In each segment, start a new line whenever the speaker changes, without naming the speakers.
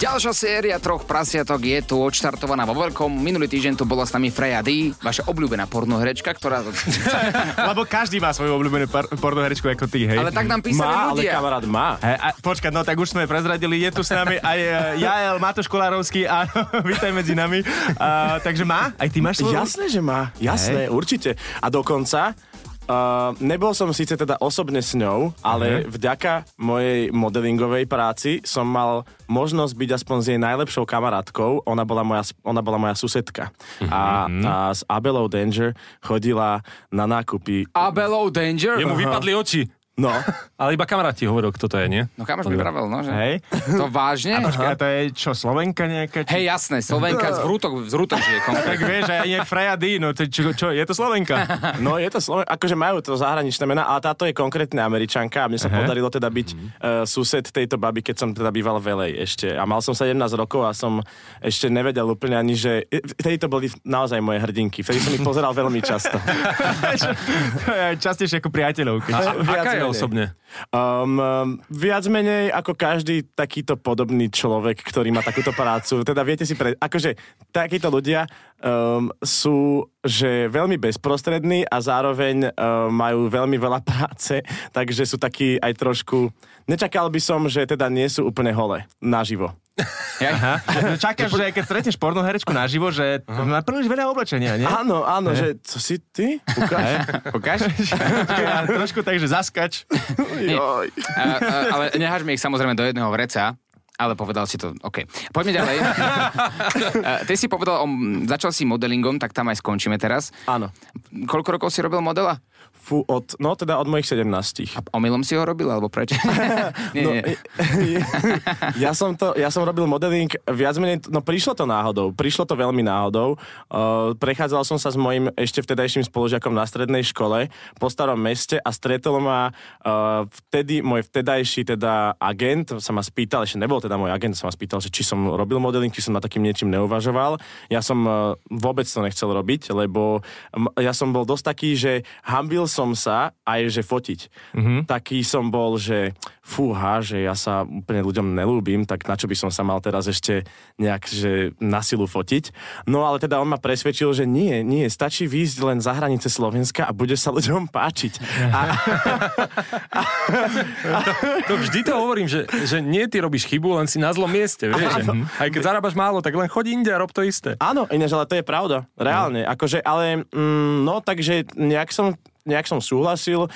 Ďalšia séria troch prasiatok je tu odštartovaná vo veľkom. Minulý týždeň tu bola s nami Freja D, vaša obľúbená pornoherečka, ktorá...
Lebo každý má svoju obľúbenú par- pornoherečku ako ty, hej.
Ale tak nám písali
Má, ale
ľudia.
kamarát má.
Hej, a, počkať, no tak už sme prezradili, je tu s nami aj e, Jael Matoš Kolárovský, áno, vítaj medzi nami. A, takže má? Aj ty máš svoju?
Jasné, že má. Jasné, určite. A dokonca, Uh, nebol som síce teda osobne s ňou, ale vďaka mojej modelingovej práci som mal možnosť byť aspoň s jej najlepšou kamarátkou. Ona bola moja, ona bola moja susedka. A, a s Abelou Danger chodila na nákupy.
Abelov Danger?
Jemu vypadli oči.
No,
Ale iba kamaráti hovoril, kto to je, nie?
No kamoš mi vravel, no, že...
Hej.
To vážne?
Počkaj, a to je čo, Slovenka nejaká? Či...
Hej, jasné, Slovenka z Vrútok, z Vrútok žije
Tak
konkrétne.
vieš, aj je Freja D, no to, čo, čo, je to Slovenka?
no je to Sloven... akože majú to zahraničné mená, ale táto je konkrétne američanka a mne sa podarilo teda byť uh, sused tejto baby, keď som teda býval v LA ešte. A mal som 17 rokov a som ešte nevedel úplne ani, že... Vtedy to boli naozaj moje hrdinky. Vtedy som ich pozeral veľmi často.
to je častejšie ako priateľov. Keď...
A,
Viac
aká je
menej.
osobne?
Um, um, viac menej ako každý takýto podobný človek, ktorý má takúto prácu. Teda viete si, pre, akože takíto ľudia um, sú že veľmi bezprostrední a zároveň um, majú veľmi veľa práce, takže sú takí aj trošku... Nečakal by som, že teda nie sú úplne hole naživo.
Aha.
No, čakáš, že keď stretneš pornoherečku naživo, že má príliš veľa oblečenia, nie?
Áno, áno, že co si ty? Ukáž.
Ukáž?
Ja trošku takže zaskač.
Joj.
A, a, ale nehažme ich samozrejme do jedného vreca, ale povedal si to, OK. Poďme ďalej. A Ty si povedal, o, začal si modelingom, tak tam aj skončíme teraz.
Áno.
Koľko rokov si robil modela?
Fú, od, no teda od mojich 17.
Omylom si ho robil, alebo preč? nie,
No,
nie.
ja, som to, ja som robil modeling viac menej, no prišlo to náhodou, prišlo to veľmi náhodou. Uh, prechádzal som sa s mojim ešte vtedajším spolužiakom na strednej škole po starom meste a stretol ma uh, vtedy môj vtedajší teda agent, sa ma spýtal, ešte nebol teda môj agent, sa ma spýtal, že či som robil modeling, či som na takým niečím neuvažoval. Ja som uh, vôbec to nechcel robiť, lebo m- ja som bol dosť taký, že hambil som sa aj, že fotiť. Taký som bol, že fúha, že ja sa úplne ľuďom nelúbim, tak na čo by som sa mal teraz ešte nejak, že na silu fotiť. No ale teda on ma presvedčil, že nie, nie, stačí výjsť len za hranice Slovenska a bude sa ľuďom páčiť. A,
To vždy to hovorím, že, že nie ty robíš chybu, len si na zlom mieste, vieš. Že, aj keď zarábaš málo, tak len chodí inde a rob to isté.
Áno, ináč, ale to je pravda.
No.
Reálne. Akože, ale, mm, no, takže nejak som nejak som súhlasil, e,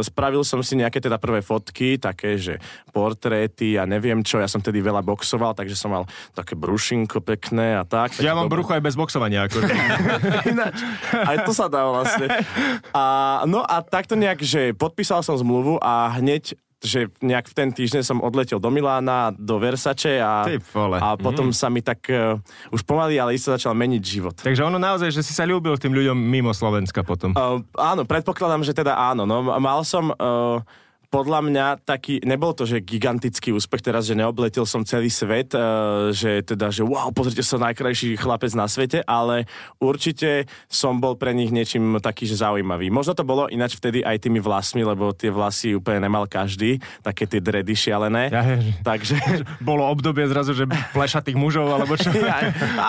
spravil som si nejaké teda prvé fotky, také, že portréty a neviem čo, ja som tedy veľa boxoval, takže som mal také brušinko pekné a tak.
Ja
Takže
mám
dobré.
brucho aj bez boxovania. akože. Ako...
Ináč, aj to sa dá vlastne. A, no a takto nejak, že podpísal som zmluvu a hneď že nejak v ten týždeň som odletel do Milána, do Versace a,
Ty vole. Mhm.
a potom sa mi tak uh, už pomaly, ale isto začal meniť život.
Takže ono naozaj, že si sa ľúbil tým ľuďom mimo Slovenska potom.
Uh, áno, predpokladám, že teda áno. No, m- mal som uh, podľa mňa taký, nebol to, že gigantický úspech teraz, že neobletel som celý svet, uh, že teda, že wow, pozrite sa, najkrajší chlapec na svete, ale určite som bol pre nich niečím taký, že zaujímavý. Možno to bolo ináč vtedy aj tými vlasmi, lebo tie vlasy úplne nemal každý, také tie dredy šialené.
Ja, že-
Takže...
Bolo obdobie zrazu, že plešatých mužov, alebo čo?
Ja,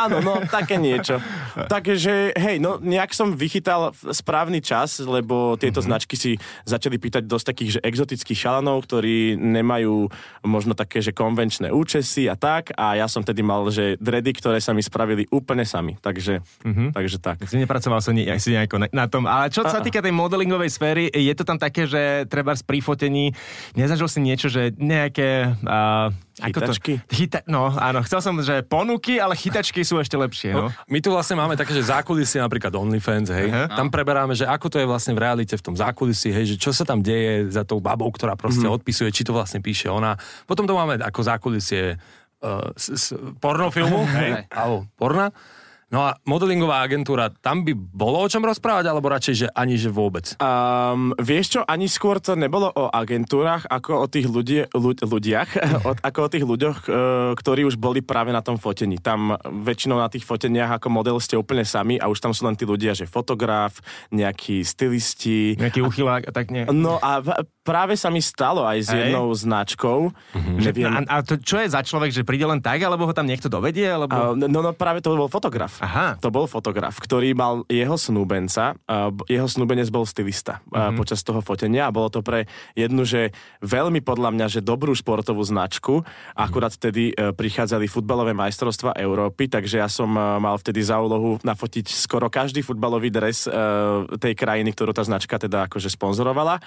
áno, no také niečo. Takže hej, no nejak som vychytal v- správny čas, lebo
Mhm.
tieto mm-hmm. značky si začali pýtať dosť takých, že exotických šalanov, ktorí nemajú možno také, že konvenčné účesy a tak. A ja som tedy mal, že dredy, ktoré sa mi spravili úplne sami. Takže, mm-hmm.
Mhm.
takže tak.
Si nepracoval som ne, si nejako na, na tom. Ale čo sa týka tej modelingovej sféry, je to tam také, že treba pri fotení nezažil si niečo, že nejaké... Uh,
Chytačky?
To, chyta, no áno, chcel som, že ponuky, ale chytačky sú ešte lepšie. No.
My tu vlastne máme také, že zákulisie napríklad OnlyFans, hej.
Aha.
Tam preberáme, že ako to je vlastne v realite v tom zákulisí, hej, že čo sa tam deje za tou babou, ktorá proste odpisuje, či to vlastne píše ona. Potom e, to máme ako zákulisie uh, s, s pornofilmu, hej, alebo porna. No a modelingová agentúra, tam by bolo o čom rozprávať, alebo radšej, že ani že vôbec?
Um, vieš čo, ani skôr to nebolo o agentúrach, ako o tých ľudí, ľud, ľudiach, o, ako o tých ľuďoch, e, ktorí už boli práve na tom fotení. Tam väčšinou na tých foteniach ako model ste úplne sami a už tam sú len tí ľudia, že fotograf, nejakí stylisti.
Nejaký uchylák a tak nie.
No a v- práve sa mi stalo aj
Hej.
s
Mhm.
jednou značkou, že viem...
No A, a to, čo je za človek, že príde len tak, alebo ho tam niekto dovedie, alebo...
A, no, no práve to bol fotograf.
Aha.
To bol fotograf, ktorý mal jeho snúbenca, a b- jeho snúbenec bol stylista
Mhm.
mm-hmm. počas toho fotenia a bolo to pre jednu, že veľmi podľa mňa, že dobrú športovú značku. Akurát vtedy e, prichádzali futbalové majstrovstva Európy, takže ja som e, mal vtedy za úlohu nafotiť skoro každý futbalový dres e, tej krajiny, ktorú tá značka teda akože sponzorovala.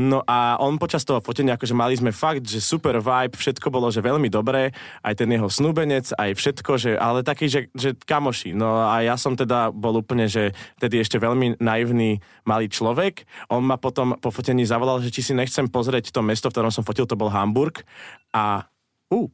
No a on počas toho fotenia, akože mali sme fakt, že super vibe, všetko bolo, že veľmi dobré, aj ten jeho snúbenec, aj všetko, že, ale taký, že, že kamoši. No a ja som teda bol úplne, že tedy ešte veľmi naivný malý človek. On ma potom po fotení zavolal, že či si nechcem pozrieť to mesto, v ktorom som fotil, to bol Hamburg. A uh,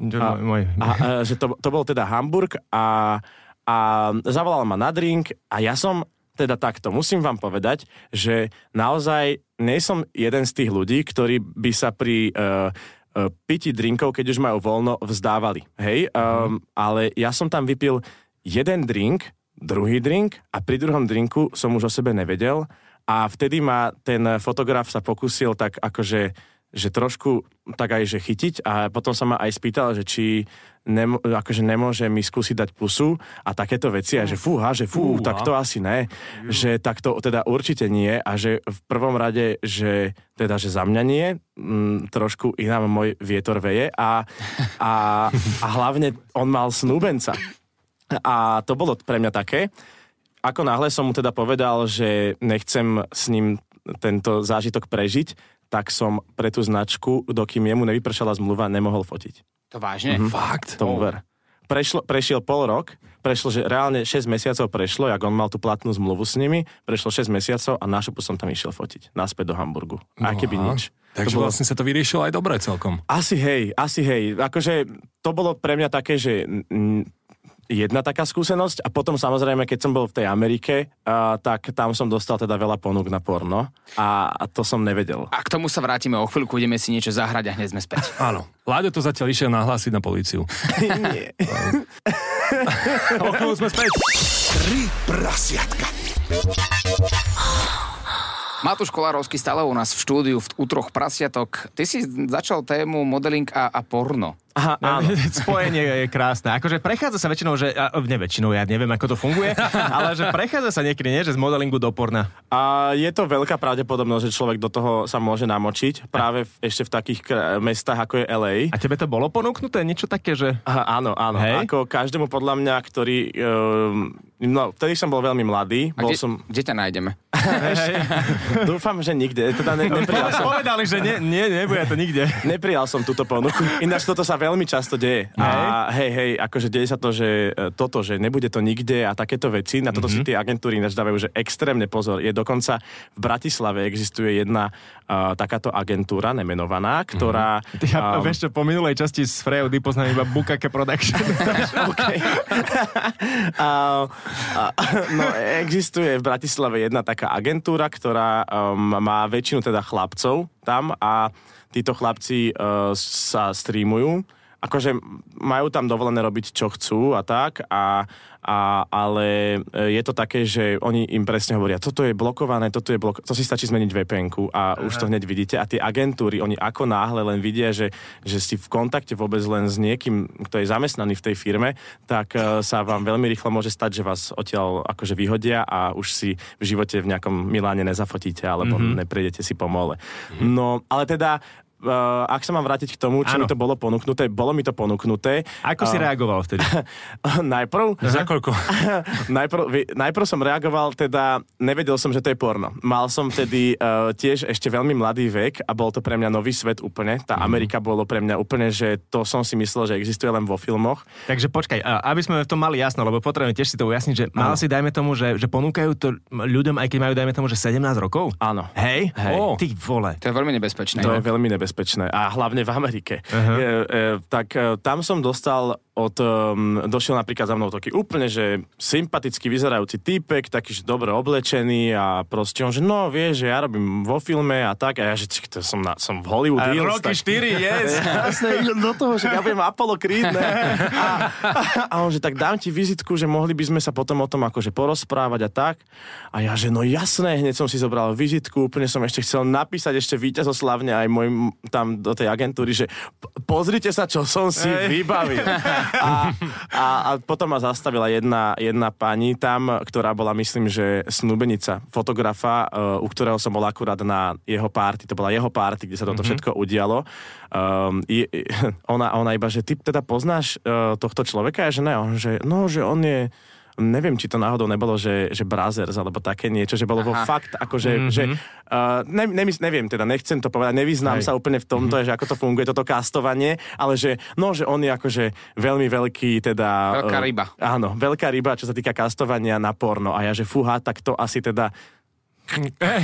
Čo, môj,
a, e, že to, to bol teda Hamburg a, a zavolal ma na drink a ja som teda takto, musím vám povedať, že naozaj nie som jeden z tých ľudí, ktorí by sa pri uh, piti drinkov, keď už majú voľno, vzdávali. Hej, um, ale ja som tam vypil jeden drink, druhý drink a pri druhom drinku som už o sebe nevedel a vtedy ma ten fotograf sa pokusil tak akože že trošku tak aj, že chytiť a potom sa ma aj spýtal, že či nemo, akože nemôže mi skúsiť dať pusu a takéto veci a že fúha, že fú,
Fúha.
tak to asi ne, že tak to teda určite nie a že v prvom rade, že teda, že za mňa nie, mm, trošku inám môj vietor veje a, a, a hlavne on mal snúbenca. A to bolo pre mňa také. Ako náhle som mu teda povedal, že nechcem s ním tento zážitok prežiť, tak som pre tú značku, dokým jemu nevypršala zmluva, nemohol fotiť.
To vážne? Mm-hmm.
Fakt?
Tomu Mhm. ver. Prešlo, prešiel pol rok, prešlo, že reálne 6 mesiacov prešlo, jak on mal tú platnú zmluvu s nimi, prešlo 6 mesiacov a na šupu som tam išiel fotiť, naspäť do Hamburgu. A keby
No Aha.
nič. to
Takže
bolo
vlastne sa to vyriešilo aj dobre celkom.
asi hej, asi hej. Akože to bolo pre mňa také, že mm, jedna taká skúsenosť a potom samozrejme, keď som bol v tej Amerike, a, tak tam som dostal teda veľa ponúk na porno a, a to som nevedel.
A k tomu sa vrátime o chvíľku, ideme si niečo zahrať a hneď sme späť.
Áno. Láďo to zatiaľ išiel nahlásiť na políciu.
Nie.
O chvíľu sme späť.
Tri prasiatka.
Matúš Kolárovský stále u nás v štúdiu v útroch prasiatok. Ty si začal tému modeling a, a porno.
Aha, áno.
Spojenie je krásne. Akože prechádza sa väčšinou, že... A, ne väčšinou, ja neviem, ako to funguje, ale že prechádza sa niekedy, nie, že z modelingu do porna.
A je to veľká pravdepodobnosť, že človek do toho sa môže namočiť práve v, ešte v takých kr- mestách ako je LA.
A tebe to bolo ponúknuté? Niečo také, že...
Aha, áno, áno.
Hej.
Ako každému podľa mňa, ktorý... Um, no, vtedy som bol veľmi mladý.
A
Bol
kde,
som...
kde ťa nájdeme?
Dúfam, že nikde. Teda ne, neprijal som
Povedali, že nie, nie, nebude to nikde.
Neprijal som túto ponuku. Ináč toto sa veľmi často deje. A hej, hej, akože deje sa to, že e, toto, že nebude to nikde a takéto veci. Na toto mm-hmm. si tie agentúry ináč dávajú, že extrémne pozor. Je dokonca v Bratislave existuje jedna uh, takáto agentúra, nemenovaná, ktorá...
Mhm.
Mm-hmm.
Ja, vieš čo, po minulej časti s Freudy poznám iba Bukake Production.
a, a, no, existuje v Bratislave jedna taká agentúra, ktorá um, má väčšinu teda chlapcov tam a títo chlapci uh, sa streamujú. Akože majú tam dovolené robiť, čo chcú a tak, a, a, ale e, je to také, že oni im presne hovoria, toto je blokované, toto je blok... To si stačí zmeniť vpn a už to hneď vidíte. A tie agentúry, oni ako náhle len vidia, že, že si v kontakte vôbec len s niekým, kto je zamestnaný v tej firme, tak e, sa vám veľmi rýchlo môže stať, že vás odtiaľ akože vyhodia a už si v živote v nejakom Miláne nezafotíte alebo
Mhm.
mm-hmm. neprejdete si po mole. Mm-hmm. No, ale teda e, ak sa mám vrátiť k tomu, čo
Áno.
mi to bolo ponúknuté, bolo mi to ponúknuté.
Ako si
A-
reagoval vtedy?
Najprv,
Za koľko?
najprv, vi- najprv som reagoval, teda nevedel som, že to je porno. Mal som vtedy uh, tiež ešte veľmi mladý vek a bol to pre mňa nový svet úplne.
Mhm.
Tá Amerika bolo pre mňa úplne, že to som si myslel, že existuje len vo filmoch.
Takže počkaj, a- aby sme v tom mali jasno, lebo potrebujeme tiež si to ujasniť, že mal si, dajme tomu, že, že ponúkajú to ľuďom, aj keď majú, dajme tomu, že 17 rokov?
Áno.
Hej?
Hej.
Ó, Ty vole.
To je veľmi
No.
nebezpečné.
To je veľmi nebezpečné a hlavne v Amerike. Uh-huh. E, e, tak e, eh, tam som dostal od, um, došiel napríklad za mnou taký úplne, že sympaticky vyzerajúci týpek, taký, že dobre oblečený a proste on, že no, vieš, že ja robím vo filme a tak a ja, že či, to som, na, som v Hollywood
A
Hills,
roky
tak-
4, yes.
Jasné, idem do toho, že ja budem Apollo Creed, ne? A, a, a on, že tak dám ti vizitku, že mohli by sme sa potom o tom akože porozprávať a tak. A ja, že no jasné, hneď som si zobral vizitku, úplne som ešte chcel napísať ešte víťazoslavne aj môjim tam do tej agentúry, že p- pozrite sa, čo som si vybavil. A, a, a potom ma zastavila jedna, jedna pani tam, ktorá bola, myslím, že snúbenica fotografa, eh, u ktorého som bol akurát na jeho párty, to bola jeho párty, kde sa
Mhm.
toto všetko udialo. Um, je, je- ona, ona iba, že ty teda poznáš eh, tohto človeka? Ja, že ne, on, že, no, že on je neviem, či to náhodou nebolo, že, že Brazers alebo také niečo, že bolo vo fakt, akože,
Mhm.
mm-hmm. že, uh, ne, nemys- neviem teda, nechcem to povedať, nevyznám Hej. sa úplne v tomto,
Mhm.
mm-hmm. že ako to funguje, toto kastovanie, ale že, no, že on je akože veľmi veľký, teda...
Veľká
eh,
ryba.
áno, veľká ryba, čo sa týka kastovania na porno. A ja, že fúha, tak to asi teda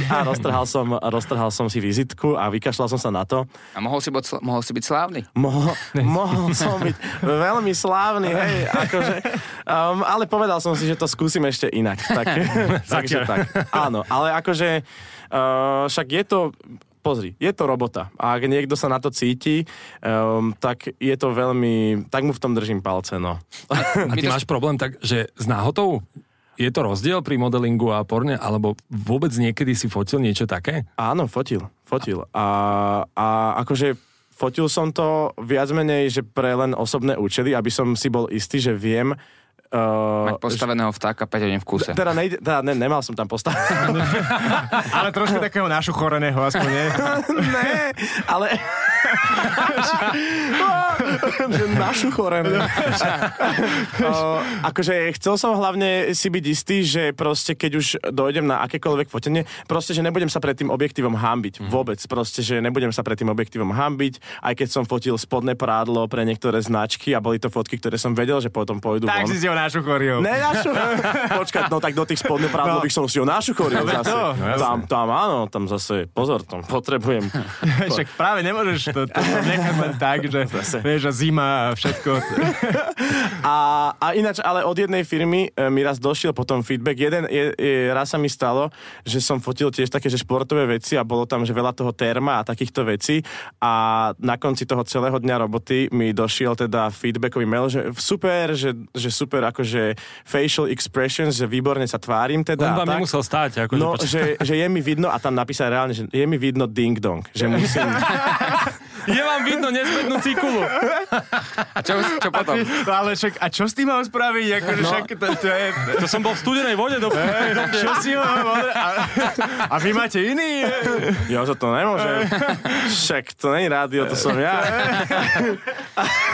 a roztrhal som, roztrhal som si vizitku a vykašľal som sa na to.
A mohol si, byť, mohol si byť slávny.
Mohol, mohol som byť veľmi slávny, hej, akože, um, ale povedal som si, že to skúsim ešte inak. Tak, takže tak. Áno, ale akože, uh, však je to, pozri, je to robota. A ak niekto sa na to cíti, um, tak je to veľmi, tak mu v tom držím palce, no.
A ty
to-
máš problém tak, že s náhotou je to rozdiel pri modelingu a porne, alebo vôbec niekedy si fotil niečo také?
Áno, fotil, fotil. A, a akože fotil som to viac menej, že pre len osobné účely, aby som si bol istý, že viem,
Mať
uh,
postaveného vtáka 5 hodín v kuse.
teda, nejde, teda ne, nemal som tam postavu.
Ale trošku takého našuchoreného aspoň, nie?
ne, ale... že našu chorenu. akože chcel som hlavne si byť istý, že proste keď už dojdem na akékoľvek fotenie, proste, že nebudem sa pred tým objektívom hambiť. Vôbec. Proste, že nebudem sa pred tým objektívom hambiť, aj keď som fotil spodné prádlo pre niektoré značky a boli to fotky, ktoré som vedel, že potom pôjdu
Tak
von.
si si ho našuchoril.
Ne, našu... Počkať, no tak do tých spodných prádlo
No.
by som si ho našuchoril zase.
to, no jasne.
tam, tam, áno, tam zase, pozor, tam potrebujem.
Však práve nemôžeš to, to nechať len tak, že vieš, a zima a všetko.
A, a ináč, ale od jednej firmy e, mi raz došiel potom feedback. Jeden, je, je, raz sa mi stalo, že som fotil tiež také, že športové veci a bolo tam, že veľa toho terma a takýchto vecí a na konci toho celého dňa roboty mi došiel teda feedbackový mail, že super, že, že super akože facial expressions, že výborne sa tvárim teda.
Len
a
vám
tak.
nemusel stáť. Akože,
No,
poč-
že, že je mi vidno, a tam napísal reálne, že je mi vidno ding-dong, že musím...
Je vám vidno nezmednú cikulu.
A čo, čo potom?
No ale však, a čo s tým mám spraviť? Akože no. však to, to je...
To som bol v studenej vode do
Čo si ho a, a vy máte iný?
Ja za to nemôžem. Však to není rádio, to som ja.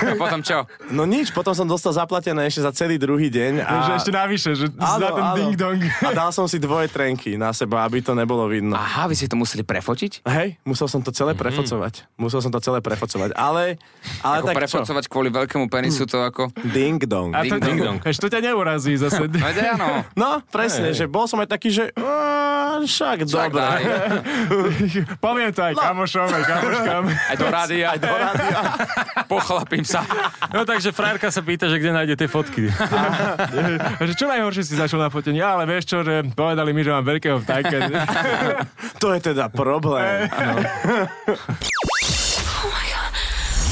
A potom čo?
No nič, potom som dostal zaplatené ešte za celý druhý deň. A...
Že ešte navyše, že za ten ding-dong.
A dal som si dvoje trenky na seba, aby to nebolo vidno.
Aha, vy ste to museli prefotiť?
Hej, musel som to celé prefocovať. Musel som to celé prefocovať. Ale, ale
Ako
tak čo?
prefocovať kvôli veľkému penisu to ako...
Ding dong.
A to,
Ding-dong.
Eš, to ťa neurazí zase.
Veď áno.
No, presne, že bol som aj taký, že "Á, však
Tak
dobre.
daj.
Poviem to aj
No.
kamošom, aj kamoškám.
Aj do rádia. Aj do rádia. Pochlapím sa.
No takže frajerka sa pýta, že kde nájde tie fotky.
A že čo najhoršie si začal na fotení? Ale vieš čo, že povedali mi, že mám veľkého vtáka.
To je teda problém.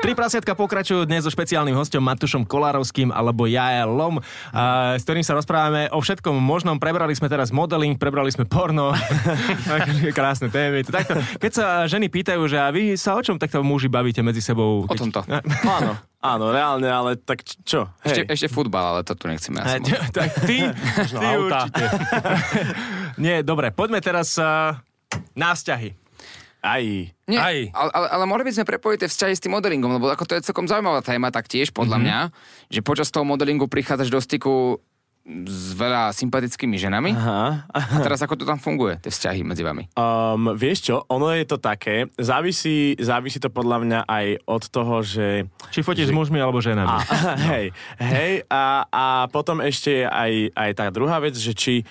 Tri prasiatka pokračujú dnes so špeciálnym hostom Matušom Kolárovským alebo Jaelom, a, s ktorým sa rozprávame o všetkom možnom. Prebrali sme teraz modeling, prebrali sme porno, Takže krásne témy. To Takto, keď sa ženy pýtajú, že a vy sa o čom takto muži bavíte medzi sebou?
O tomto.
Áno, áno, reálne, ale tak č- čo?
Ešte,
Hej.
ešte futbal, ale to tu nechceme. Ja som-
E, tak ty, ty
auta.
určite. Nie, dobre, poďme teraz a, na vzťahy.
Aj.
Nie,
Aj.
ale, ale, ale mohli by sme prepojiť tie vzťahy s tým modelingom, lebo ako to je celkom zaujímavá téma taktiež, podľa
Mhm.
mm-hmm. mňa, že počas toho modelingu prichádzaš do styku s veľa sympatickými ženami. Aha. A teraz ako to tam funguje, tie vzťahy medzi vami?
Um, vieš čo, ono je to také, závisí, závisí to podľa mňa aj od toho, že...
Či fotíš s mužmi alebo ženami?
A, hej, hej a, a potom ešte je aj, aj tá druhá vec, že či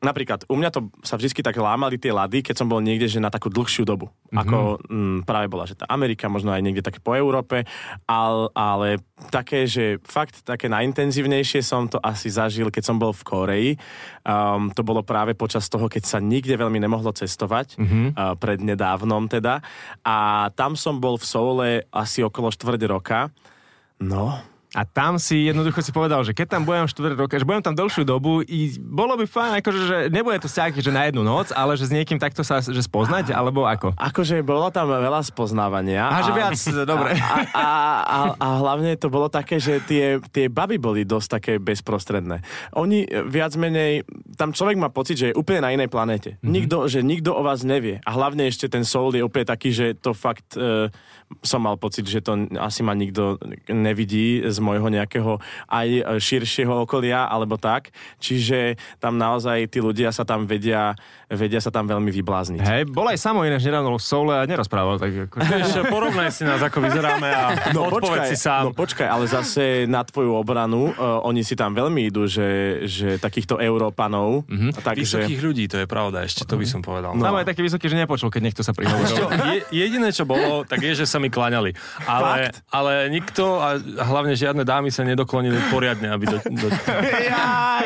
napríklad u mňa to sa vždy tak lámali tie lady, keď som bol niekde, že na takú dlhšiu dobu. Mm-hmm. Ako mm, práve bola, že tá Amerika, možno aj niekde také po Európe, al, ale také, že fakt také najintenzívnejšie som to asi zažil, keď som bol v Koreji. Um, to bolo práve počas toho, keď sa nikde veľmi nemohlo cestovať, mm-hmm. uh, pred nedávnom teda. A tam som bol v Soule asi okolo štvrť roka. No,
A tam si jednoducho si povedal, že keď tam budem 4 roka, že budem tam dlhšiu dobu, i bolo by fajn, akože, že nebude to vzťah, že na jednu noc, ale že s niekým takto sa že spoznať, alebo ako?
Akože bolo tam veľa spoznávania.
Aha, že viac, dobre.
A, a, a, a hlavne to bolo také, že tie, tie baby boli dosť také bezprostredné. Oni e, viac menej, tam človek má pocit, že je úplne na inej
Mhm.
planete. Mm-hmm. Nikto, že nikto o vás nevie. A hlavne ešte ten soul je úplne taký, že to fakt e, som mal pocit, že to n- asi ma nikto nevidí z môjho nejakého aj e, širšieho okolia alebo tak. Čiže tam naozaj tí ľudia sa tam vedia, vedia sa tam veľmi vyblázniť.
Hej, bol aj samo ináč nedávno v Soule a nerozprával, tak akože...
Vieš, porovnaj si nás, ako vyzeráme a no, odpoveď si
No
sám.
počkaj, ale zase na tvoju obranu, uh, oni si tam veľmi idú, že, že takýchto Európanov, mm-hmm. takže...
Vysokých ľudí, to je pravda, ešte to by som povedal.
No. Samo je taký vysoký, že nepočul, keď niekto sa prihovoril.
Čo, je, jediné, čo bolo, tak je, že sa mi klaňali. Ale, ale nikto, a hlavne žiadne dámy sa nedoklonili poriadne, aby do... do...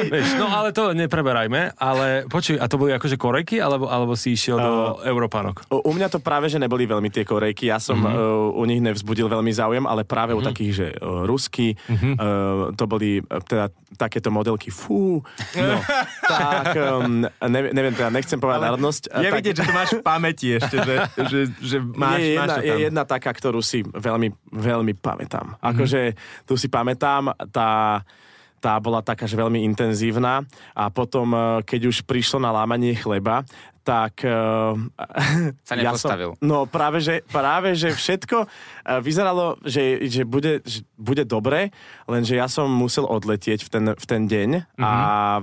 Vieš, no ale to nepreberajme, ale počuj, a to boli akože korejky, alebo, alebo si išiel do Európanok?
U u mňa to práve, že neboli veľmi tie korejky, ja som mm-hmm. uh, u nich nevzbudil veľmi záujem, ale práve mm-hmm. u takých, že uh, rusky, mm-hmm. uh, to boli uh, teda takéto modelky, fú, no, tak um, ne, neviem, teda nechcem povedať národnosť. uh,
Je
tak,
vidieť, že to máš v pamäti ešte, že, že, že máš, máš
je, jedna,
to tam.
je jedna taká, ktorú si veľmi, veľmi pamätám. Akože
Mhm.
tu si pamätám, tá, tá bola taká, že veľmi intenzívna a potom, eh, keď už prišlo na lámanie chleba, tak... eh,
Sa nepostavil.
Ja som, no práve, že, práve, že všetko eh, vyzeralo, že, že, bude, že bude dobre, lenže ja som musel odletieť v ten, v ten deň, a,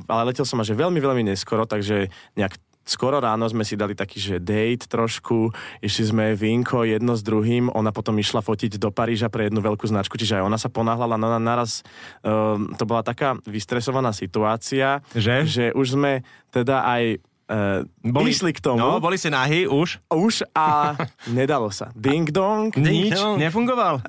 Mhm.
ale letel som až veľmi, veľmi neskoro, takže nejak skoro ráno sme si dali taký, že date trošku, išli sme vinko jedno s druhým, ona potom išla fotiť do Paríža pre jednu veľkú značku, čiže aj ona sa ponáhľala, no na naraz um, to bola taká vystresovaná situácia,
Že?
že už sme teda aj Uh, boli, išli k tomu
No, boli ste nahy už.
už a nedalo sa. Ding dong,
Nič
nič.
nefungoval.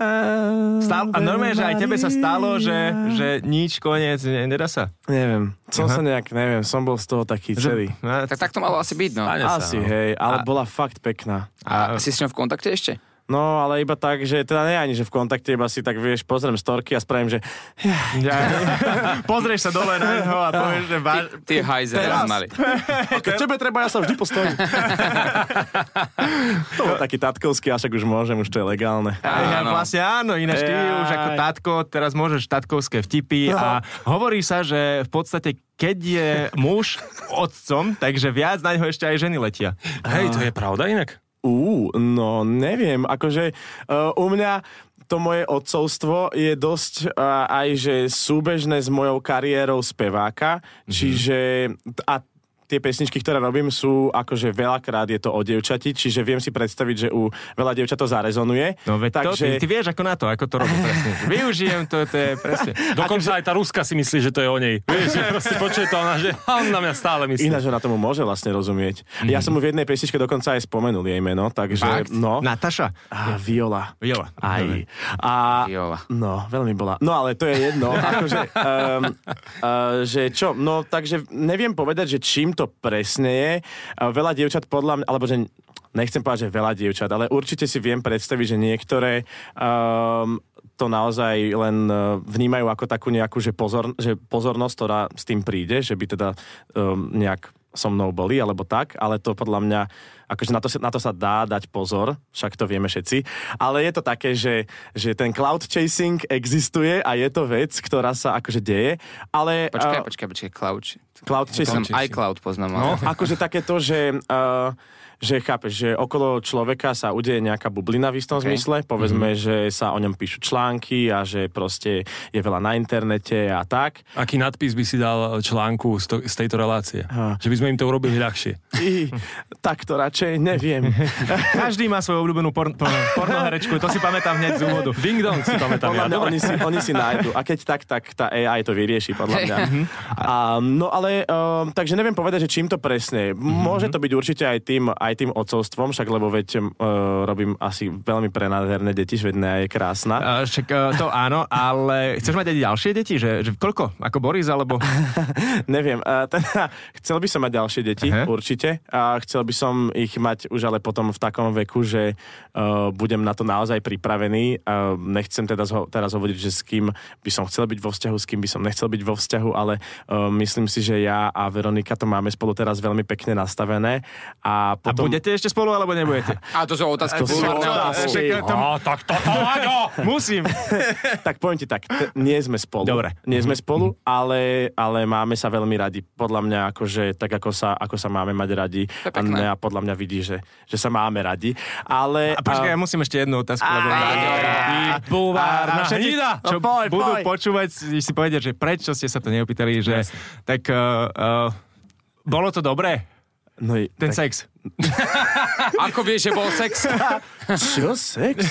Stál, a normálne, že aj tebe sa stalo, že, že nič, koniec, ne, nedá sa.
Neviem, som sa nejak, neviem, som bol z toho taký celý.
No,
Tak tak to malo asi byť, no.
Stane sa,
Asi,
no.
hej, ale bola fakt pekná.
A si s ňou v kontakte ešte?
No, ale iba tak, že teda nie ani, že v kontakte, iba si tak, vieš, pozriem storky a spravím, že
Ja, pozrieš sa dole na neho a povieš, že váš...
Ty hajzer,
Teraz.
mali.
a keď tebe treba, ja sa vždy postojím. to bol taký tatkovský, a však už môžem, už to je legálne.
Ja,
Áno.
vlastne áno, ináč ty
Jaj.
už ako tatko, teraz môžeš tatkovské
No.
vtipy a hovorí sa, že v podstate keď je muž otcom, takže viac na ňo ešte aj ženy letia.
Hej, to je pravda inak?
Ú, no neviem, akože uh, u mňa to moje odcovstvo je dosť uh, aj, že súbežné s mojou kariérou
Mhm.
speváka, čiže a tie pesničky, ktoré robím, sú akože veľakrát je to o devčati, čiže viem si predstaviť, že u veľa devčat to zarezonuje.
No veď Takže... to, ty,
takže,
ty vieš ako na to, ako to robí presne. Využijem to, to je presne.
Dokonca aj tá Ruska si myslí, že to je o nej. Vieš, že proste počuje to ona, že on na mňa stále myslí.
Ináč ona tomu môže vlastne rozumieť. Ja som mu v jednej pesničke dokonca aj spomenul jej meno, takže
Mhm. Fakt?
no.
Nataša.
Á, Viola.
Viola.
Aj.
Dobre.
A,
Viola.
No, veľmi bola. No ale to je jedno. akože, um, uh, že čo, no takže neviem povedať, že čím to presne je. Uh, veľa dievčat podľa mňa, alebo že nechcem povedať, že veľa dievčat, ale určite si viem predstaviť, že niektoré um, to naozaj len uh, vnímajú ako takú nejakú že, pozor, že pozornosť, ktorá s tým príde, že by teda um, nejak so mnou boli, alebo tak, ale to podľa mňa, akože na to, sa- na to sa dá dať pozor, však to vieme všetci, ale je to také, že, že ten cloud chasing existuje a je to vec, ktorá sa akože deje, ale...
Počkaj,
eh,
počkaj, počkaj, Clouch.
Cloud chasing.
Som iCloud poznám, ale...
No, akože takéto, že, uh, že chápeš, že okolo človeka sa udeje nejaká bublina v istom okay. zmysle, povedzme, mm-hmm. že sa o ňom píšu články a že proste je veľa na internete a tak.
Aký nadpis by si dal článku z, to, z tejto relácie? Ha. Že by sme im to urobili ľahšie.
I, tak to radšej. radšej neviem.
Každý má svoju obľúbenú porn- porn- pornoherečku, to si pamätám hneď z úvodu.
Ding dong si pamätám ja.
Podľa mňa
Dobre.
oni si, oni si nájdu. A keď tak, tak tá AI to vyrieši, podľa mňa. A, no ale, um, takže neviem povedať, že čím to presne. je. Môže to byť určite aj tým, aj tým ocovstvom, však lebo veď um, uh, robím asi veľmi prenádherné deti, Švedná je krásna.
Uh, však, uh, to áno, ale chceš mať aj ďalšie deti? Že, že koľko? Ako Boris? Alebo...
Neviem, uh, teda, chcel by som mať ďalšie deti,
Aha.
Aha. určite. A chcel by som ich mať už ale potom v takom veku, že uh, budem na to naozaj pripravený. Uh, nechcem teda zho- teraz hovoriť, že s kým by som chcel byť vo vzťahu, s kým by som nechcel byť vo vzťahu, ale uh, myslím si, že ja a Veronika to máme spolu teraz veľmi pekne nastavené. A,
A
potom...
budete ešte spolu, alebo nebudete?
A to sú otázky.
To sú
bulvárne
otázky.
otázky.
Však, uh, to...
Á, tak toto, Láďo!
Musím.
tak poviem ti tak, t- nie sme spolu.
Dobre. Mhm.
Nie sme spolu, ale, ale máme sa veľmi radi. Podľa mňa, akože, tak ako sa, ako sa máme mať radi.
To je pekné.
a podľa mňa vidí, že, že sa máme radi. Ale...
A počkaj, ja musím ešte jednu otázku. Lebo...
Ty
A
bulvárna
všetci,
hnida!
čo
No poď,
budú
poď.
počúvať, si si povedia, že prečo ste sa to neopýtali, že tak uh, uh, bolo to dobré,
no, i-
ten
tak-
tak. sex.
Ako vieš, že bol sex?
Čo, sex?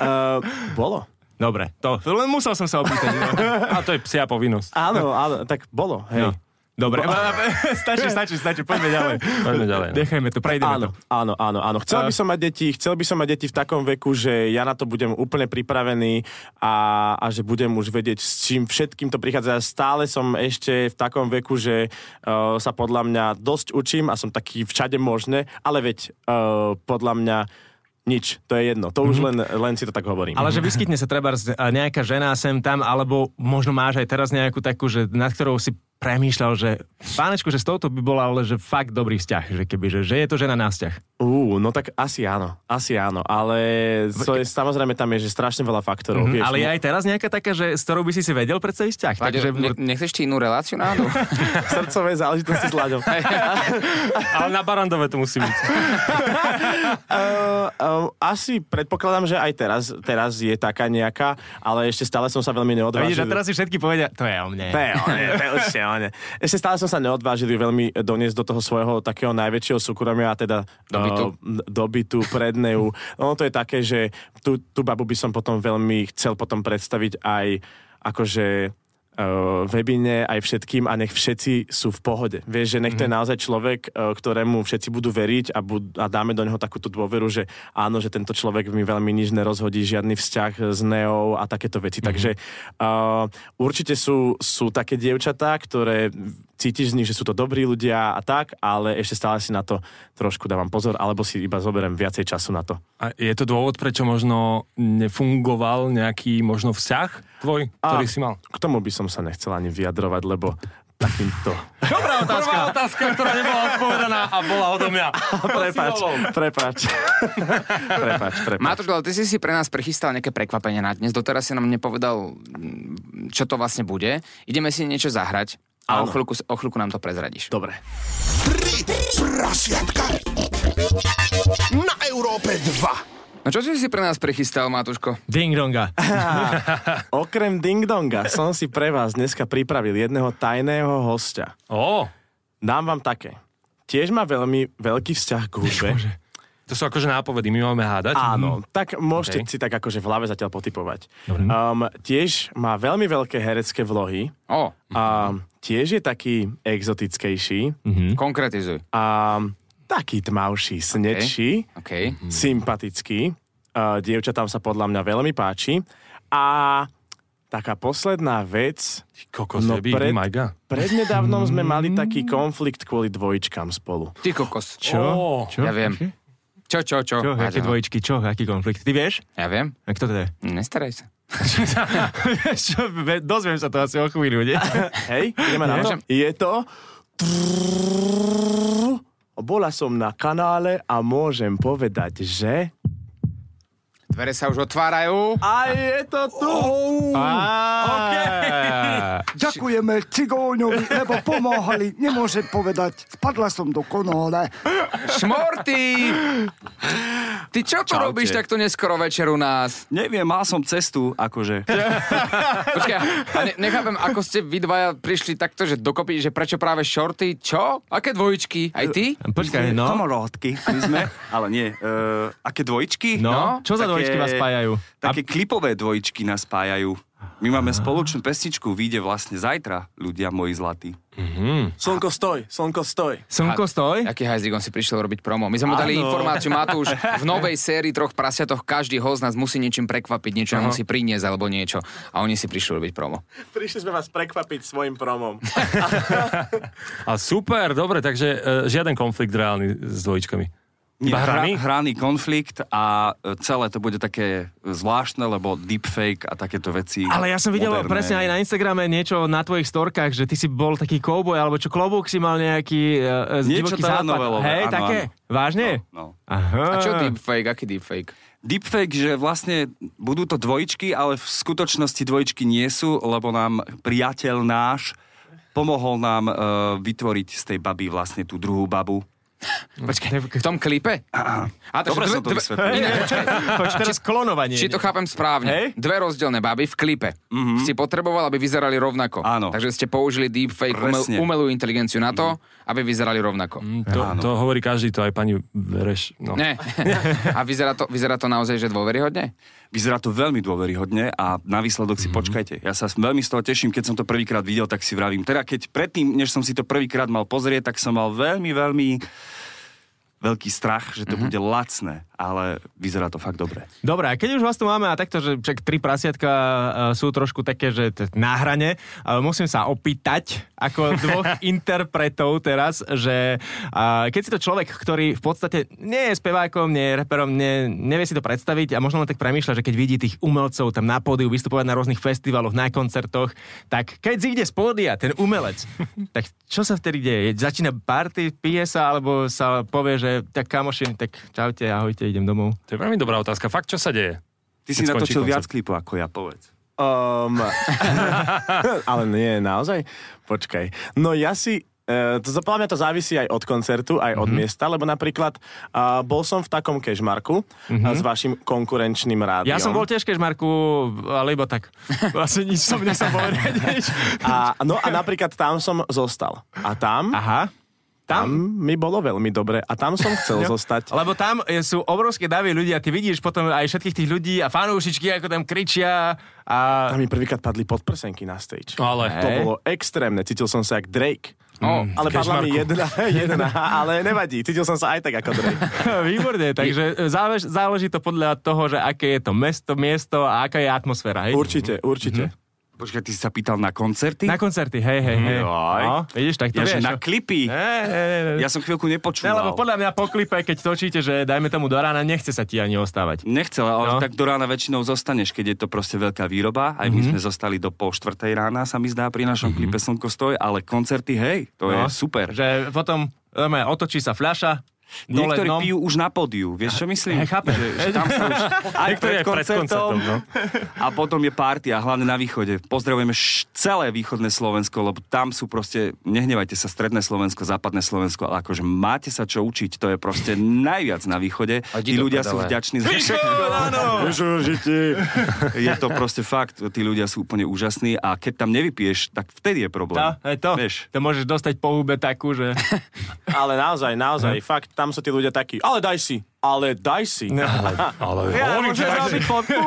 uh, bolo.
Dobre, to len musel som sa opýtať. No.
A to je psia povinnosť.
Áno, áno, tak bolo, hej.
No. Dobre, stačí, stačí, stačí, poďme ďalej.
Poďme ďalej. No.
Nechajme to, prejdeme
áno,
to. Eh.
Áno, áno, áno. Chcel by som mať deti, chcel by som mať deti v takom veku, že ja na to budem úplne pripravený a, a že budem už vedieť, s čím všetkým to prichádza. Ja stále som ešte v takom veku, že uh, sa podľa mňa dosť učím a som taký všade možné, ale veď uh, podľa mňa nič, to je jedno. To už len, len si to tak hovorím.
Mhm. Ale že vyskytne sa treba nejaká žena sem tam, alebo možno máš aj teraz nejakú takú, že nad ktorou si premýšľal, že pánečku, že s touto by bola, ale že fakt dobrý vzťah, že keby, že, že je to žena na vzťah.
Ú, no tak asi áno, asi áno, ale to je, samozrejme tam je, že strašne veľa faktorov.
Mm,
vieš, no.
ale je aj teraz nejaká taká, že s ktorou by si si vedel predstaviť vzťah. Takže,
Takže ne- nechceš ti inú reláciu na áno?
srdcové záležitosti s Láďom.
Ale na barandové to musí byť.
Uh, uh, asi predpokladám, že aj teraz, teraz je taká nejaká, ale ešte stále som sa veľmi
a vidíš,
neodvážil.
a teraz si všetky povedia, to je o mne.
To je on, to je určite on. Ešte stále som sa neodvážil ju veľmi doniesť do toho svojho takého najväčšieho súkromia, a teda
Dobytu.
eh, dobytu predneju. Ono to je také, že tú, tú babu by som potom veľmi chcel potom predstaviť aj akože eh, webine aj všetkým a nech všetci sú v pohode. Vieš, že nech to je naozaj človek, eh, ktorému všetci budú veriť a, bud- a dáme do neho takúto dôveru, že áno, že tento človek mi veľmi nič nerozhodí, žiadny vzťah s Neou a takéto veci. Takže eh, určite sú, sú také dievčatá, ktoré cítiš z nich, že sú to dobrí ľudia a tak, ale ešte stále si na to trošku dávam pozor, alebo si iba zoberiem viacej času na to.
A je to dôvod, prečo možno nefungoval nejaký možno vzťah tvoj, ktorý si mal?
K tomu by som sa nechcel ani vyjadrovať, lebo takýmto...
Dobrá otázka. Prvá otázka, ktorá nebola odpovedaná a bola odo mňa.
Prepač, prepač. prepač, prepač.
Matúš, ale ty si si pre nás prichystal nejaké prekvapenie na dnes. Doteraz si nám nepovedal, mm, čo to vlastne bude. Ideme si niečo zahrať a o chvíľku, o chvíľku nám to prezradíš.
Dobre.
Tri prasiatka na Európe 2.
No čo si si pre nás prichystal, Matúško?
Ding donga.
Okrem ding-donga som si pre vás dneska pripravil jedného tajného hostia.
Ó,
Dám vám také. Tiež má veľmi veľký vzťah k hudbe.
to sú akože nápovedy, my máme hádať. Hm,
Áno, tak môžete
Okej.
si tak akože v hlave zatiaľ potypovať. Um, tiež má veľmi veľké herecké vlohy.
O,
A tiež je taký exotickejší
konkretizuj.
a taký tmavší, snedší,
OK.
Mhm. sympatický. Uh, dievčatám sa podľa mňa veľmi páči. A taká posledná vec.
Ty kokos,
No
no
pred-
pred... Majga.
Prednedávnom sme mali taký konflikt kvôli dvojičkám spolu.
Ty kokos.
Čo?
Ó,
čo?
Ja viem. no. Čo, čo, čo?
Čo? Aké
Áno.
dvojičky? Čo? Aký konflikt? Ty vieš?
Ja viem.
A kto to je?
Nestaraj sa.
čo? Ve- Dozviem sa to asi o chvíľu, nie?
Hej, ideme na to.
Môžem.
Je to... Bola som na kanále a môžem povedať, že...
Dvere sa už otvárajú.
A je to tu!
Ďakujeme cigóňovi, lebo pomáhali. Nemôžem povedať, vpadla som do konále.
Šmorty! Ty čo tu robíš takto neskoro večer u nás?
Neviem, mal som cestu, akože.
Počkaj, a ne, nechápem, ako ste vy dvaja prišli takto, že dokopy, že prečo práve šorty? Čo? Aké dvojičky? Aj ty?
Počkaj,
No.
no.
Kamarátky my sme, ale nie. Uh, aké dvojičky?
No, čo za dvojičky vás spájajú?
Také klipové dvojičky nás spájajú. My máme spoločnú pesničku, vyjde vlastne zajtra, ľudia moji zlatí.
Slnko stoj, slnko stoj.
Slnko stoj.
Aký hajzdik on si prišiel robiť promo? My sme mu dali
Áno.
informáciu, Matúš, v novej sérii troch prasiatoch každý host nás musí niečím prekvapiť, niečo nám musí priniesť alebo niečo. A oni si prišli robiť promo.
Prišli sme vás prekvapiť svojim promom.
A super, dobre, takže e, žiaden konflikt reálny s dvojičkami. Iba hrany?
hraný konflikt a e, celé to bude také zvláštne, lebo deepfake a takéto veci.
Ale ja som videl
moderné.
presne aj na Instagrame niečo na tvojich storkách, že ty si bol taký kouboj, alebo čo klobúk si mal nejaký uh, z
Niečo
divoký západ.
telenovelové,
Hej,
áno,
také?
áno.
Vážne?
No.
Aha.
A čo deepfake? Aký deepfake?
Deepfake, že vlastne budú to dvojičky, ale v skutočnosti dvojičky nie sú, lebo nám priateľ náš pomohol nám e, vytvoriť z tej baby vlastne tú druhú babu.
Počkaj, v tom klipe? A, takže
Hm. Dobre som to vysvetlil.
Inak, počkaj,
Poč, teraz klonovanie.
Či to chápem správne?
Hej?
Dve rozdielne baby v klipe. Mm-hmm. Si potreboval, aby vyzerali rovnako.
Mhm. Áno.
Takže ste použili deepfake, umel,
Presne. Mhm.
umelú inteligenciu na to, aby vyzerali rovnako.
To, to hovorí každý, to aj pani Vereš. No.
Ne. A vyzerá to, vyzerá to naozaj, že dôveryhodne?
Vyzerá to veľmi dôveryhodne a na
Mhm.
výsledok si počkajte. Ja sa veľmi z toho teším, keď som to prvýkrát videl, tak si vravím. Teda keď predtým, než som si to prvýkrát mal pozrieť, tak som mal veľmi, veľmi veľký
Mhm.
strach, že to bude lacné, ale vyzerá to fakt dobre.
Dobre, a keď už vás tu máme a takto, že však tri prasiatka e, sú trošku také, že t- na hrane, ale musím sa opýtať ako dvoch interpretov teraz, že a keď si to človek, ktorý v podstate nie je spevákom, nie je reperom, nie, nevie si to predstaviť a možno len tak premýšľa, že keď vidí tých umelcov tam na pódiu vystupovať na rôznych festivaloch, na koncertoch, tak keď zíde z pódia ten umelec, tak čo sa vtedy deje? Je- Začína party, pije sa, alebo sa povie, že tak kamoši, tak čaute, ahojte, idem domov.
To je veľmi dobrá otázka. Fakt, čo sa deje?
Ty si
Keď skončí
natočil
koncert.
viac klipov ako ja, povedz.
Um, ale nie, naozaj? Počkaj. No ja si... Uh, to, podľa mňa to závisí aj od koncertu, aj od
Mhm.
mm-hmm. miesta, lebo napríklad uh, bol som v takom kežmarku mm-hmm.
Mhm.
s vašim konkurenčným rádiom.
Ja som bol tiež kežmarku, ale iba tak. Vlastne nič som nesam povedať. Nič.
A, no a napríklad tam som zostal. A tam,
Aha.
tam mi bolo veľmi dobre. A tam som chcel zostať.
Lebo tam e, sú obrovské davy ľudí a ty vidíš potom aj všetkých tých ľudí a fanúšičky, ako tam kričia a...
Tam mi prvýkrát padli podprsenky na stage.
Ale-
To
Hej.
bolo extrémne. Cítil som sa jak Drake.
No,
Ale padla mi jedna, jedna, ale nevadí. Cítil som sa aj tak ako Drake.
Výborne, takže e, zálež, záleží to podľa toho, že aké je to mesto, miesto a aká je atmosféra, hej?
Určite, určite.
Počkaj, ty si sa pýtal na koncerty?
Na koncerty, hej, hej, hej.
Joj.
No, vidíš, tak to
ja,
vieš.
že
no.
na klipy.
Hej, hej, hej, hej.
Ja som chvíľku
Ne,
nepočúval.
lebo podľa mňa po klipe, keď točíte, že dajme tomu do rána, nechce sa ti ani ostávať.
Nechcel,
No.
ale no. tak do rána väčšinou zostaneš, keď je to proste veľká výroba. Aj my
Mhm.
mm-hmm. sme zostali do pol štvrtej rána, sa mi zdá, pri našom mm-hmm. klipe Slnko stoj, ale koncerty, hej, to no. je super.
Že
Že...
potom normálne, otočí sa fľaša, dole
Niektorí
dnom.
pijú už na pódiu, vieš čo myslím?
Hej, chápem.
Že tam sa už aj pred
Niektorí aj pred
koncertom,
koncertom, no.
a potom je party a hlavne na východe. Pozdravujeme š- celé východné Slovensko, lebo tam sú proste, nehnevajte sa, stredné Slovensko, západné Slovensko, ale akože máte sa čo učiť, to je proste najviac na východe.
A
Tí
ti to
ľudia sú
predale.
vďační za všetko. Je to proste fakt, tí ľudia sú úplne úžasní a keď tam nevypiješ, tak vtedy je problém.
Tá, aj to.
Vieš,
To môžeš dostať po hube takú, že...
Ale naozaj, naozaj, fakt, tam sú tí ľudia takí, ale daj si, ale daj si.
Ale
Ja môžem robiť fotku.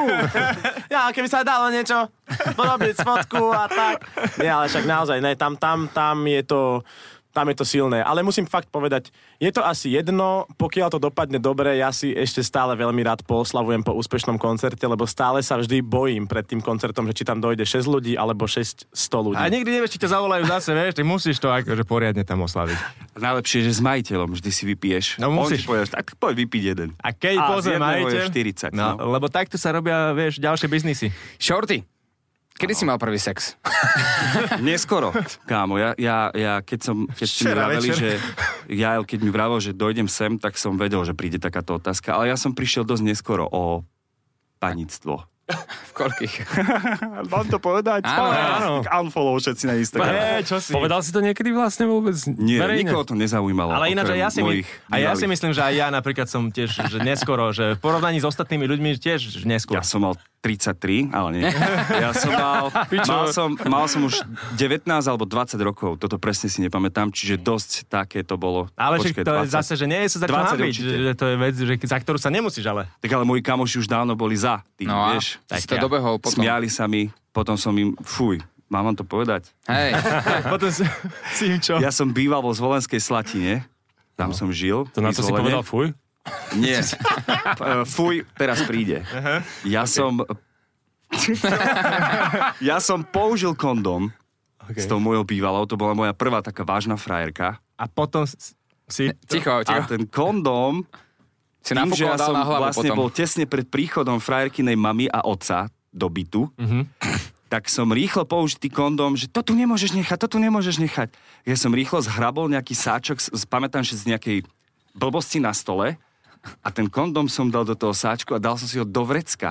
Ja, keby sa dalo niečo porobiť fotku a tak. Nie, ale však naozaj, ne, tam, tam, tam je to tam je to silné. Ale musím fakt povedať, je to asi jedno, pokiaľ to dopadne dobre, ja si ešte stále veľmi rád pooslavujem po úspešnom koncerte, lebo stále sa vždy bojím pred tým koncertom, že či tam dojde 6 ľudí alebo 6 100 ľudí.
A nikdy nevieš, či ťa zavolajú zase, vieš, ty musíš to akože poriadne tam oslaviť.
najlepšie je, že s majiteľom vždy si vypiješ.
No musíš.
On ti povie, tak poď vypiť jeden.
A keď
a
pozrie
z jedného je
majiteľ...
40.
No,
No.
Lebo takto sa robia, vieš, ďalšie biznisy.
Šorty, kedy si mal prvý sex?
Neskoro, kámo. Ja, ja, ja keď som, keď si mi
Včera
vraveli,
večer.
že ja, keď mi vravil, že dojdem sem, tak som vedel, že príde takáto otázka. Ale ja som prišiel dosť neskoro o panictvo.
V koľkých?
Mám to povedať?
Áno,
áno.
Unfollow všetci na Instagram.
Hej, čo si?
Povedal si to niekedy vlastne vôbec
Nie,
verejne?
nikoho to nezaujímalo.
Ale ináč aj
okrem
ja, si my,
mojich
a ja si
bývalých.
myslím, že aj ja napríklad som tiež že neskoro, že v porovnaní s ostatnými ľuďmi tiež neskoro.
Ja som mal 33, ale nie. Ja som mal, mal, som, mal som už 19 alebo 20 rokov, toto presne si nepamätám, čiže dosť také to bolo.
Ale však to je
20.
zase, že nie je sa za čo
20
hambiť,
určite.
že to je vec, že, za ktorú sa nemusíš, ale...
Tak ale moji kamoši už dávno boli za tým,
No a
vieš.
tak si to
ja.
dobehol potom.
Smiali sa mi, potom som im, fuj, mám vám to povedať.
Hej,
Potom si, si im čo?
Ja som býval vo Zvolenskej Slatine, tam som žil.
To na to si
vyzvolenie.
povedal fuj?
Nie. Eh, Fuj, teraz príde. Ja som... ja som použil kondom okay. s tou mojou bývalou, to bola moja prvá taká vážna frajerka.
A potom s- si...
ticho,
A
ticho.
ten kondom,
Si
tým,
napokon
že ja
dal
som
na hlavu
vlastne
potom.
bol tesne pred príchodom frajerkinej mamy a otca do bytu,
Mhm.
tak som rýchlo použitý kondom, že to tu nemôžeš nechať, to tu nemôžeš nechať. Ja som rýchlo zhrabol nejaký sáčok, z, pamätám, že z nejakej blbosti na stole a ten kondom som dal do toho sáčku a dal som si ho do vrecka,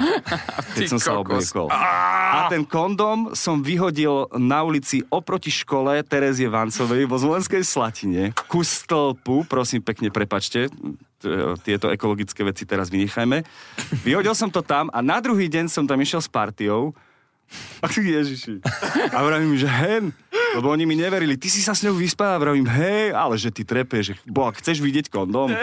keď som sa
kokos.
obliekol. A ten kondom som vyhodil na ulici oproti škole Terezie Vancovej vo Zvolenskej Slatine ku stĺpu, prosím pekne, prepačte, t- tieto ekologické veci teraz vynechajme. Vyhodil som to tam a na druhý deň som tam išiel s partiou Ach, Ježiši. A vravím, že hen, lebo oni mi neverili. Ty si sa s ňou vyspal a vravím, hej, ale že ty trepeš. Bo, ak chceš vidieť kondom,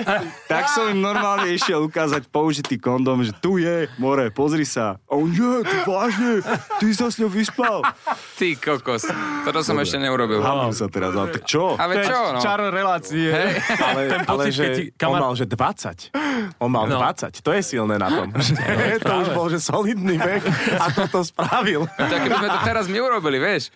tak som im normálne išiel ukázať použitý kondom, že tu je, more, pozri sa. A on, nie, ty vážne, ty sa s ňou vyspal.
Ty kokos. Toto som ešte neurobil.
Hambím sa teraz, ale tak čo?
Ale čo, no?
Čaro relácie.
Ale, ale
pocit,
že
keď ti No.
on
kamar-
mal, že 20. On mal 20. To je silné na tom. Že to už bol, že solidný vek a toto spravil.
Tak keby sme to teraz my urobili, vieš.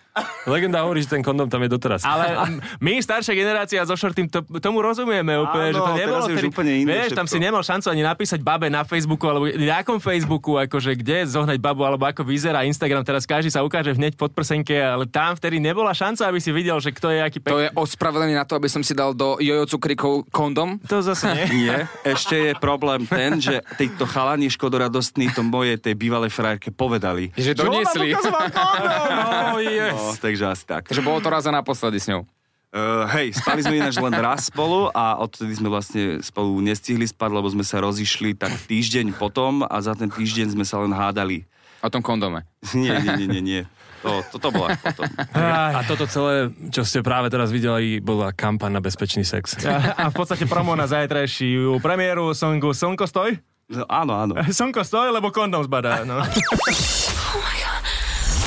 Legenda hovorí, že ten kondom tam je doteraz.
Ale my, staršia generácia so shortým, to, tomu rozumieme úplne,
Áno,
že to
teraz
nebolo
je už
vtedy-
úplne iné
Vieš, tam si
všetko.
nemal šancu ani napísať babe na Facebooku, alebo na akom Facebooku, akože kde zohnať babu, alebo ako vyzerá Instagram. Teraz každý sa ukáže hneď pod prsenke, ale tam vtedy nebola šanca, aby si videl, že kto je aký
To
pekný.
je ospravedlený na to, aby som si dal do jojo cukrikov kondom.
To zase nie.
Nie, ešte je problém ten, že tejto chalani škodoradostní to moje tej bývalej frajerke povedali.
Že
Že ona
doniesli.
ukazovala kondom.
Oh, yes.
No, takže asi tak.
Takže bolo to raz a naposledy s ňou.
Uh, hej, spali sme ináč len raz spolu a odtedy sme vlastne spolu nestihli spať, lebo sme sa rozišli tak týždeň potom a za ten týždeň sme sa len hádali.
O tom kondome.
Nie, nie, nie, nie, nie. To, toto bola až potom.
A toto celé, čo ste práve teraz videli, bola kampaň na bezpečný sex.
A v podstate promo na zajtrajšiu premiéru songu Slnko stoj.
No, áno, áno.
Slnko stoj, lebo kondom zbadá. No.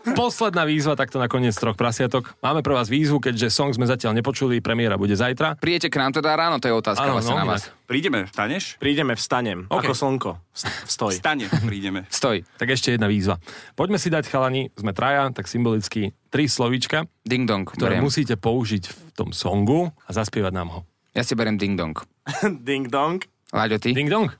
Posledná výzva takto na koniec troch prasiatok. Máme pre vás výzvu, keďže song sme zatiaľ nepočuli, premiéra bude zajtra.
Prídete k nám teda ráno, to je otázka
Áno,
vlastne
no,
na vás.
inak.
Prídeme, vstaneš?
Prídeme, vstanem. Okay. Ako slnko. Vst- Vstoj.
Vstane, prídeme.
Stoj.
Tak ešte jedna výzva. Poďme si dať chalani, sme traja, tak symbolicky tri slovíčka,
Ding dong.
ktoré
beriem.
musíte použiť v tom songu a zaspievať nám ho.
Ja si berem ding dong.
Ding dong.
Láďo, ty?
Ding dong.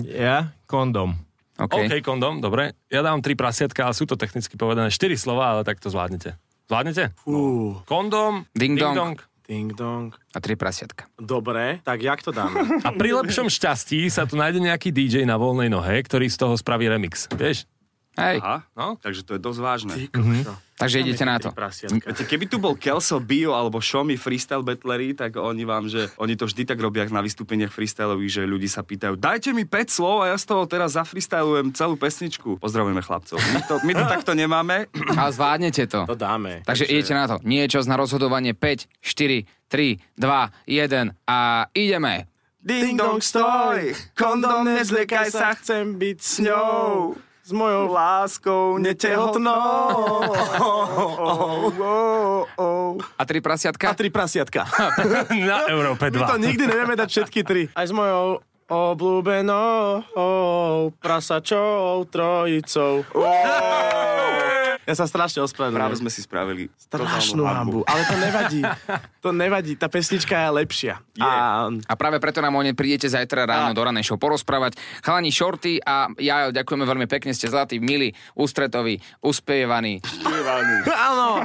Ja, kondom.
OK.
OK, kondom, dobre. Ja dám tri prasiatka, ale sú to technicky povedané štyri slova, ale tak to zvládnete. Zvládnete?
Fú.
Kondom,
Ding dong.
Ding dong.
A tri prasiatka.
Dobre, tak jak to dáme?
A pri lepšom šťastí sa tu nájde nejaký DJ na voľnej nohe, ktorý z toho spraví remix. Vieš?
Hej,
Aha, no? takže to je dosť vážne.
takže idete na to.
Prasiatka.
Viete, keby tu bol Kelso Bio alebo Shomi Freestyle Battlery, tak oni vám, že oni to vždy tak robia na vystúpeniach freestyleových, že ľudí sa pýtajú, dajte mi 5 slov a ja z toho teraz zafreestylujem celú pesničku. Pozdravujeme chlapcov. My to, my to takto nemáme.
Ale zvládnete to.
To dáme.
Takže idete na to. Nie je čas na rozhodovanie. 5, 4, 3, 2, 1 a ideme.
Ding dong stoj, kondom nezliekaj sa, chcem byť s ňou. S mojou láskou netehotnou.
A tri prasiatka?
A tri prasiatka.
Na Európe 2.
My to nikdy nevieme dať všetky tri. Aj s mojou obľúbenou prasačou trojicou. Ja sa strašne ospravedlňujem.
Práve sme si spravili
Strašnú hambu. Ale to nevadí. To nevadí. Tá pesnička je lepšia.
Je.
A
A práve preto nám o ne prídete zajtra ráno do ranej show porozprávať. Chalani Shorty a ja ďakujeme veľmi pekne, ste zlatí, milí, ústretoví, uspievaní.
Áno.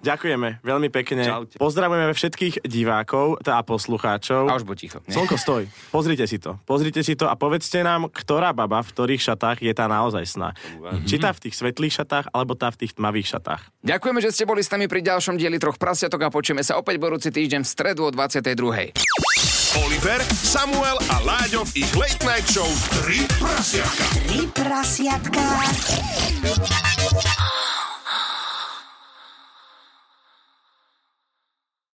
Ďakujeme. Veľmi pekne.
Čaute.
Pozdravujeme všetkých divákov teda a poslucháčov.
A už buď ticho. nie?
Slnko, stoj. Pozrite si to. Pozrite si to a povedzte nám, ktorá baba v ktorých šatách je tá naozaj sná. Či tá v tých svetlých šatách, alebo tá v tých tmavých šatách.
Ďakujeme, že ste boli s nami pri ďalšom dieli Troch prasiatok a počujeme sa opäť budúci týždeň v stredu o 22.
Oliver, Samuel a Láďo v ich Late Night Show 3 prasiatka.
Tri prasiatka.